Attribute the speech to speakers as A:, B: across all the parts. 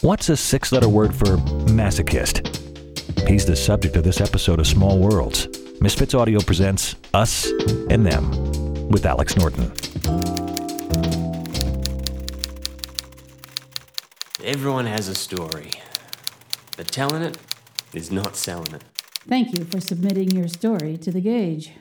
A: What's a six letter word for masochist? He's the subject of this episode of Small Worlds. Misfits Audio presents Us and Them with Alex Norton.
B: Everyone has a story, but telling it is not selling it.
C: Thank you for submitting your story to the gauge.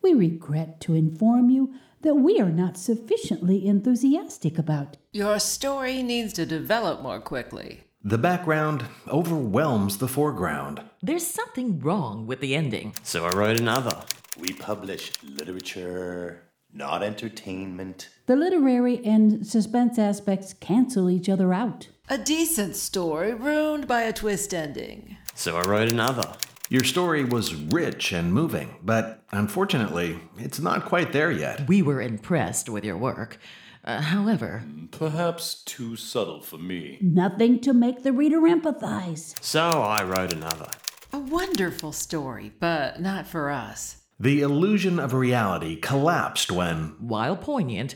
C: We regret to inform you that we are not sufficiently enthusiastic about.
D: Your story needs to develop more quickly.
E: The background overwhelms the foreground.
F: There's something wrong with the ending.
B: So I wrote another.
G: We publish literature, not entertainment.
C: The literary and suspense aspects cancel each other out.
D: A decent story ruined by a twist ending.
B: So I wrote another.
E: Your story was rich and moving, but unfortunately, it's not quite there yet.
F: We were impressed with your work. Uh, however,
G: Perhaps too subtle for me.
C: Nothing to make the reader empathize.
B: So I wrote another.
D: A wonderful story, but not for us.
E: The illusion of reality collapsed when
F: while poignant,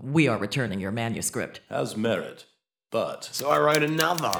F: we are returning your manuscript.
G: Has merit, but
B: So I wrote another.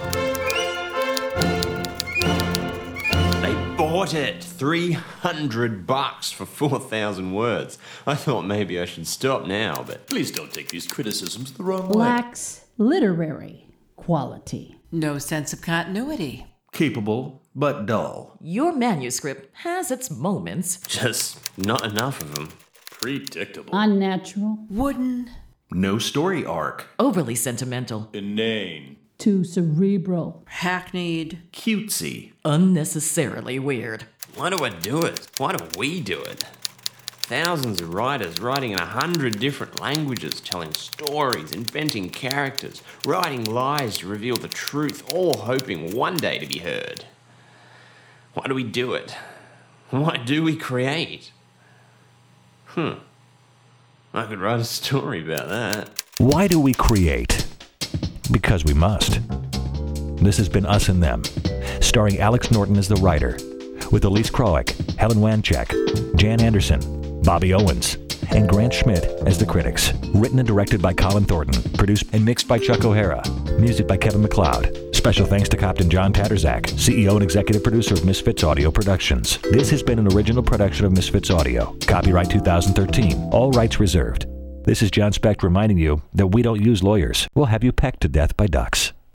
B: They bought it 300 bucks for 4,000 words. I thought maybe I should stop now, but
G: please don't take these criticisms the wrong way.
C: Lacks literary quality.
D: No sense of continuity.
E: capable but dull.
F: Your manuscript has its moments.
B: just not enough of them.
G: Predictable.
C: Unnatural.
D: Wooden.
E: No story arc.
F: Overly sentimental,
G: Inane.
C: Too cerebral.
D: Hackneyed.
E: Cutesy.
F: unnecessarily weird.
B: Why do I do it? Why do we do it? Thousands of writers writing in a hundred different languages, telling stories, inventing characters, writing lies to reveal the truth, all hoping one day to be heard. Why do we do it? Why do we create? Hmm. I could write a story about that.
A: Why do we create? Because we must. This has been Us and Them, starring Alex Norton as the writer, with Elise Kroick, Helen Wanchak, Jan Anderson, Bobby Owens, and Grant Schmidt as the critics. Written and directed by Colin Thornton, produced and mixed by Chuck O'Hara, music by Kevin McLeod. Special thanks to Captain John Tattersack, CEO and executive producer of Misfits Audio Productions. This has been an original production of Misfits Audio, copyright 2013, all rights reserved. This is John Specht reminding you that we don't use lawyers. We'll have you pecked to death by ducks.